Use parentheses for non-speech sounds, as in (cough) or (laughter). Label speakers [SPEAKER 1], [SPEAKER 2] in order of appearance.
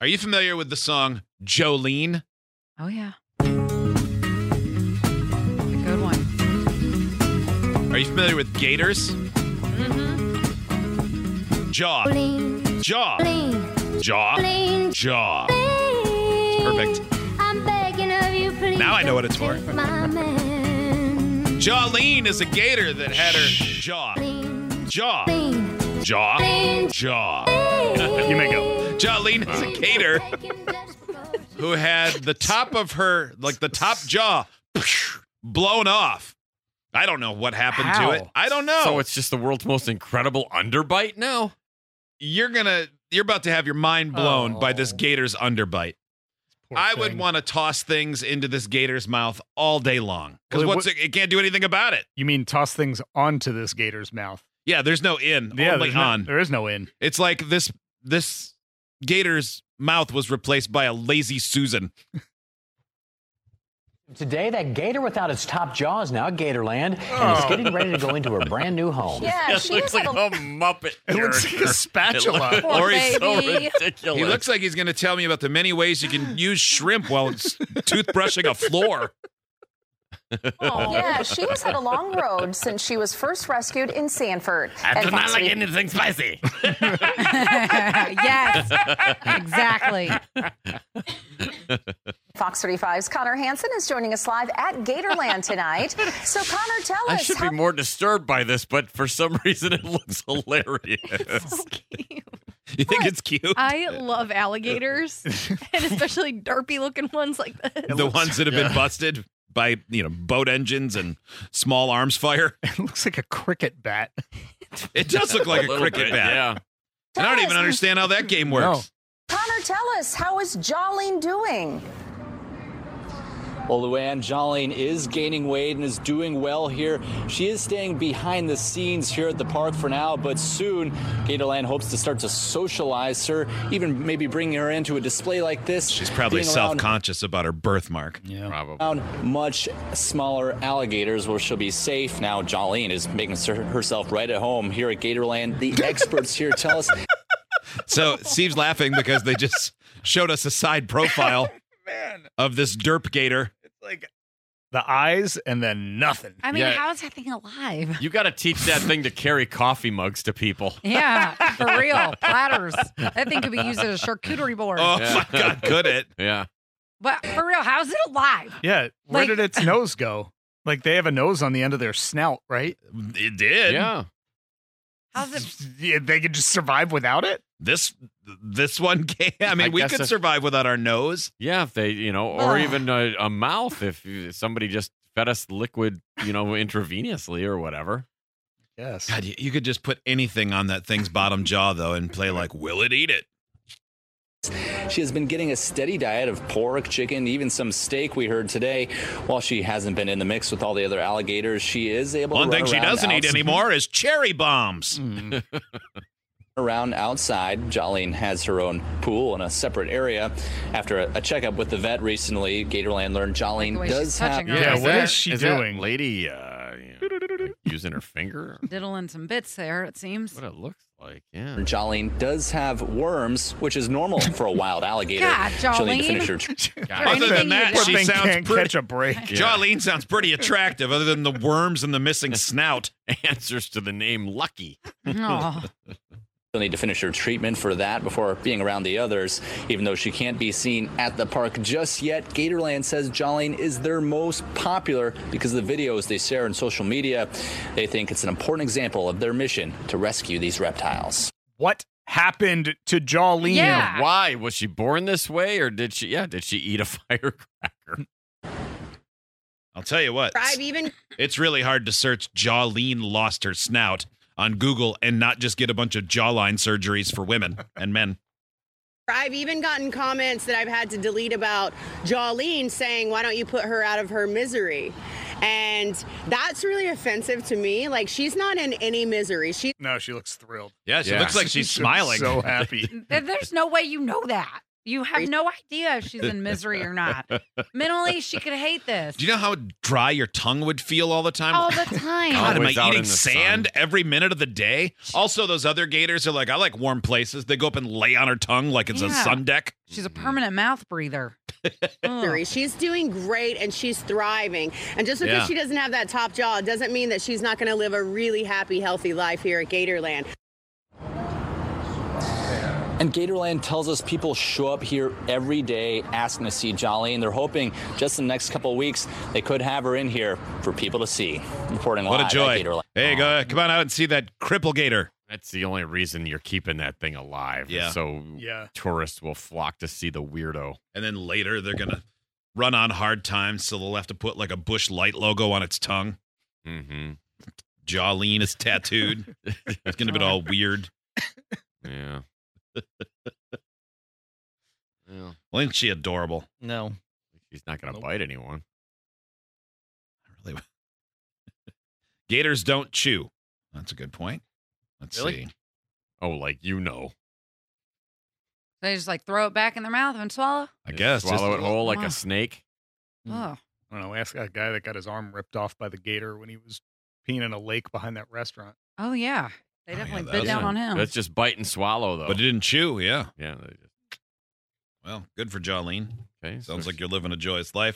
[SPEAKER 1] Are you familiar with the song Jolene?
[SPEAKER 2] Oh yeah. A good one.
[SPEAKER 1] Are you familiar with Gators?
[SPEAKER 2] Mm-hmm.
[SPEAKER 1] Jaw.
[SPEAKER 3] Bling,
[SPEAKER 1] Jaw.
[SPEAKER 3] bling,
[SPEAKER 1] Jaw.
[SPEAKER 3] bling,
[SPEAKER 1] Jaw.
[SPEAKER 3] bling.
[SPEAKER 1] Ah. Perfect.
[SPEAKER 3] I'm begging of you, please.
[SPEAKER 1] Now I know what
[SPEAKER 3] don't
[SPEAKER 1] it's for.
[SPEAKER 3] take my man.
[SPEAKER 1] Jolene is a gator that had her jaw.
[SPEAKER 3] Bling,
[SPEAKER 1] Jaw.
[SPEAKER 3] bling,
[SPEAKER 1] Jaw.
[SPEAKER 3] bling,
[SPEAKER 1] (laughs) Jaw.
[SPEAKER 3] bling.
[SPEAKER 4] You may go.
[SPEAKER 1] Jolene is a gator
[SPEAKER 3] Taking just for-
[SPEAKER 1] who had the top of her, like the top jaw, blown off. I don't know what happened
[SPEAKER 4] How?
[SPEAKER 1] to it. I don't know.
[SPEAKER 4] So it's just the world's most incredible underbite now?
[SPEAKER 1] you're gonna you're about to have your mind blown by this
[SPEAKER 5] Oh.
[SPEAKER 1] gator's underbite.
[SPEAKER 5] Poor
[SPEAKER 1] I would
[SPEAKER 5] thing.
[SPEAKER 1] want to toss things into this gator's mouth all day long because
[SPEAKER 5] Well, it
[SPEAKER 1] what's
[SPEAKER 5] would-
[SPEAKER 1] it, it can't do anything about it.
[SPEAKER 5] You mean toss things onto this gator's mouth?
[SPEAKER 1] Yeah, there's no in, only
[SPEAKER 5] there's no-
[SPEAKER 1] on.
[SPEAKER 5] there is no in.
[SPEAKER 1] It's like this this gator's mouth was replaced by a lazy Susan.
[SPEAKER 6] Today, that gator without its top jaw is now at Gatorland and is getting ready to go into her brand new home.
[SPEAKER 2] (laughs) Yeah,
[SPEAKER 4] It looks like oh, a Muppet.
[SPEAKER 5] It looks like
[SPEAKER 4] (laughs) character.
[SPEAKER 5] a spatula.
[SPEAKER 4] It loo-
[SPEAKER 2] Poor
[SPEAKER 4] or he's so
[SPEAKER 2] baby.
[SPEAKER 7] (laughs)
[SPEAKER 4] ridiculous.
[SPEAKER 1] He looks like he's going to tell me about the many ways you can use shrimp while
[SPEAKER 5] (laughs)
[SPEAKER 1] it's toothbrushing a floor.
[SPEAKER 7] Oh, Yeah, she has had a long road since she was first rescued in Sanford.
[SPEAKER 4] I do
[SPEAKER 7] And
[SPEAKER 4] not
[SPEAKER 7] Fox
[SPEAKER 4] like
[SPEAKER 7] News- (laughs)
[SPEAKER 4] anything spicy.
[SPEAKER 2] yes.
[SPEAKER 4] (laughs)
[SPEAKER 2] Exactly.
[SPEAKER 7] Fox 35's Connor Hansen is joining us live at Gatorland tonight. So, Connor, tell
[SPEAKER 4] I
[SPEAKER 7] us
[SPEAKER 4] should
[SPEAKER 7] how
[SPEAKER 4] be more disturbed by this, but for some (laughs) reason it looks hilarious.
[SPEAKER 1] You think it's cute?
[SPEAKER 8] I love alligators, and especially derpy looking ones like this.
[SPEAKER 1] the ones that have been busted by you know boat engines and small arms fire.
[SPEAKER 5] It looks like a cricket bat.
[SPEAKER 1] It does look like a,
[SPEAKER 4] little
[SPEAKER 1] cricket
[SPEAKER 4] bit,
[SPEAKER 1] bat.
[SPEAKER 4] Yeah.
[SPEAKER 1] And I don't even understand how that game works.
[SPEAKER 7] Connor, tell us how is Jolene doing?
[SPEAKER 9] Well, Luann Jolling is gaining weight and is doing well here. She is staying behind the scenes here at the park for now, but soon Gatorland hopes to start to socialize her, even maybe bringing her into a display like this.
[SPEAKER 1] She's probably
[SPEAKER 9] being
[SPEAKER 1] self
[SPEAKER 9] around-
[SPEAKER 1] conscious about her birthmark.
[SPEAKER 4] Probably.
[SPEAKER 9] around much smaller alligators where she'll be safe. Now, Jolene is making her- herself right at home here at Gatorland. The experts here tell us
[SPEAKER 1] So Steve's laughing because they just showed us a side profile
[SPEAKER 5] Man,
[SPEAKER 1] of this derp gator.
[SPEAKER 5] it's like the eyes and then nothing.
[SPEAKER 2] I mean,
[SPEAKER 4] Yeah.
[SPEAKER 2] how is that thing alive?
[SPEAKER 4] You got to teach that thing to carry coffee mugs to people.
[SPEAKER 2] Yeah, for
[SPEAKER 8] (laughs)
[SPEAKER 2] real. Platters. That thing could be used as a charcuterie board.
[SPEAKER 1] Oh
[SPEAKER 4] Yeah.
[SPEAKER 1] my God, could it?
[SPEAKER 4] Yeah.
[SPEAKER 2] But for real, how is it alive?
[SPEAKER 5] Yeah, where
[SPEAKER 2] Like- (laughs)
[SPEAKER 5] did its nose go? Like they have a nose on the end of their snout, right?
[SPEAKER 1] It did.
[SPEAKER 4] Yeah.
[SPEAKER 2] How's it?
[SPEAKER 5] Yeah, they could just survive without it.
[SPEAKER 1] This this one came. I mean,
[SPEAKER 4] I
[SPEAKER 1] we
[SPEAKER 4] guess
[SPEAKER 1] could
[SPEAKER 4] if-
[SPEAKER 1] survive without our nose.
[SPEAKER 4] Yeah. If they, you know, or
[SPEAKER 2] Ugh.
[SPEAKER 4] even a, a mouth if you- somebody just fed us liquid, you know, (laughs) intravenously or whatever.
[SPEAKER 5] Yes.
[SPEAKER 1] God, you, you could just put anything on that thing's bottom jaw though, and play like, "Will it eat it?"
[SPEAKER 9] She has been getting a steady diet of pork, chicken, even some steak we heard today. While she hasn't been in the mix with all the other alligators, she is able
[SPEAKER 1] One
[SPEAKER 9] to run
[SPEAKER 1] thing she
[SPEAKER 9] around
[SPEAKER 1] doesn't eat
[SPEAKER 9] outs-
[SPEAKER 1] anymore is cherry bombs.
[SPEAKER 9] Around outside, Jolene has her own pool in a separate area. After a, a checkup with the vet recently, Gatorland learned Jolene
[SPEAKER 2] The way she's
[SPEAKER 9] does have
[SPEAKER 2] touching her.
[SPEAKER 5] Yeah,
[SPEAKER 2] eyes
[SPEAKER 5] what
[SPEAKER 2] there.
[SPEAKER 5] is she
[SPEAKER 4] that
[SPEAKER 5] doing?
[SPEAKER 4] lady uh, you know, like using her finger?
[SPEAKER 2] Diddling some bits there, it seems.
[SPEAKER 4] What it looks like. Yeah.
[SPEAKER 9] Jolene does have worms, which is normal for a wild alligator.
[SPEAKER 2] God,
[SPEAKER 9] She'll need to
[SPEAKER 2] Jolene.
[SPEAKER 9] finish her tr-
[SPEAKER 1] Other than
[SPEAKER 2] anything
[SPEAKER 1] that,
[SPEAKER 2] you
[SPEAKER 5] Poor
[SPEAKER 2] do.
[SPEAKER 1] she
[SPEAKER 5] thing
[SPEAKER 1] sounds
[SPEAKER 5] can't catch
[SPEAKER 1] pretty.
[SPEAKER 2] (laughs)
[SPEAKER 5] a break.
[SPEAKER 4] Yeah.
[SPEAKER 1] Jolene sounds pretty attractive, other than the worms and the missing snout.
[SPEAKER 4] (laughs) Answers to the name Lucky.
[SPEAKER 2] Oh,
[SPEAKER 9] She'll need to finish her treatment for that before being around the others. Even though she can't be seen at the park just yet, Gatorland says Jolene is their most popular because of the videos they share on social media. They think it's an important example of their mission to rescue these reptiles.
[SPEAKER 5] What happened to Jolene?
[SPEAKER 2] Yeah.
[SPEAKER 4] Why? Was she born this way or did she, yeah, did she eat a (laughs) firecracker?
[SPEAKER 1] I'll tell you what.
[SPEAKER 8] Tried even
[SPEAKER 1] It's really hard to search Jolene lost her snout on Google and not just get a bunch of jawline surgeries for women and men.
[SPEAKER 8] I've even gotten comments that I've had to delete about Jolene saying, "Why don't you put her out of her misery?" And that's really offensive to me. Like she's not in any misery. She
[SPEAKER 5] No, she looks thrilled.
[SPEAKER 1] (laughs) Yeah, she
[SPEAKER 4] Yeah. (laughs)
[SPEAKER 1] looks like she's smiling.
[SPEAKER 2] (laughs)
[SPEAKER 5] so happy.
[SPEAKER 2] There- there's no way you know that. You have no idea if she's in misery or not. Mentally, she could hate this
[SPEAKER 1] (laughs) Do you know how dry your tongue would feel all the time?
[SPEAKER 2] all the time.
[SPEAKER 1] God, am I
[SPEAKER 4] Always out
[SPEAKER 1] eating
[SPEAKER 4] in the
[SPEAKER 1] sand every minute of the day? Also, those other gators are like, I like warm places. They go up and lay on her tongue like it's a
[SPEAKER 2] Yeah.
[SPEAKER 1] sun deck.
[SPEAKER 2] She's a permanent
[SPEAKER 1] (laughs)
[SPEAKER 2] mouth breather.
[SPEAKER 8] Missouri. She's doing great and she's thriving. And just because
[SPEAKER 1] Yeah.
[SPEAKER 8] she doesn't have that top jaw doesn't mean that she's not going to live a really happy, healthy life here at Gatorland.
[SPEAKER 9] And Gatorland tells us people show up here every day asking to see Jolene. They're hoping just in the next couple of weeks they could have her in here for people to see. Reporting
[SPEAKER 1] What
[SPEAKER 9] live
[SPEAKER 1] a joy.
[SPEAKER 9] at Gatorland.
[SPEAKER 1] Hey, go, come on out and see that cripple gator.
[SPEAKER 4] That's the only reason you're keeping that thing alive. is
[SPEAKER 1] Yeah.
[SPEAKER 4] So
[SPEAKER 5] Yeah.
[SPEAKER 4] tourists will flock to see the weirdo.
[SPEAKER 1] And then later they're going to run on hard times, so they'll have to put like a Bush Light logo on its tongue.
[SPEAKER 4] Mm-hmm. (laughs)
[SPEAKER 1] Jolene is tattooed. it's going to be all weird.
[SPEAKER 4] Yeah. well,
[SPEAKER 1] Well, isn't she adorable?
[SPEAKER 5] No.
[SPEAKER 4] she's not going to
[SPEAKER 5] Nope.
[SPEAKER 4] bite anyone.
[SPEAKER 1] Really? Gators don't chew. That's a good point. Let's
[SPEAKER 5] Really?
[SPEAKER 1] see.
[SPEAKER 4] Oh, like you know.
[SPEAKER 2] They just like throw it back in their mouth and swallow.
[SPEAKER 1] I
[SPEAKER 4] Just
[SPEAKER 1] guess. just-
[SPEAKER 4] Swallow it whole like
[SPEAKER 2] Wow.
[SPEAKER 4] a snake.
[SPEAKER 1] Mm.
[SPEAKER 2] Oh,
[SPEAKER 5] I don't know. Ask that guy that got his arm ripped off by the gator when he was peeing in a lake behind that restaurant.
[SPEAKER 2] oh yeah. They
[SPEAKER 1] Oh, yeah,
[SPEAKER 2] definitely
[SPEAKER 1] that's
[SPEAKER 2] bit down
[SPEAKER 1] a-
[SPEAKER 2] on him.
[SPEAKER 4] That's just bite and swallow, though.
[SPEAKER 1] But it didn't chew, yeah.
[SPEAKER 4] yeah. they just-
[SPEAKER 1] Well, good for Jolene.
[SPEAKER 4] Okay. so
[SPEAKER 1] Sounds like you're living a joyous life.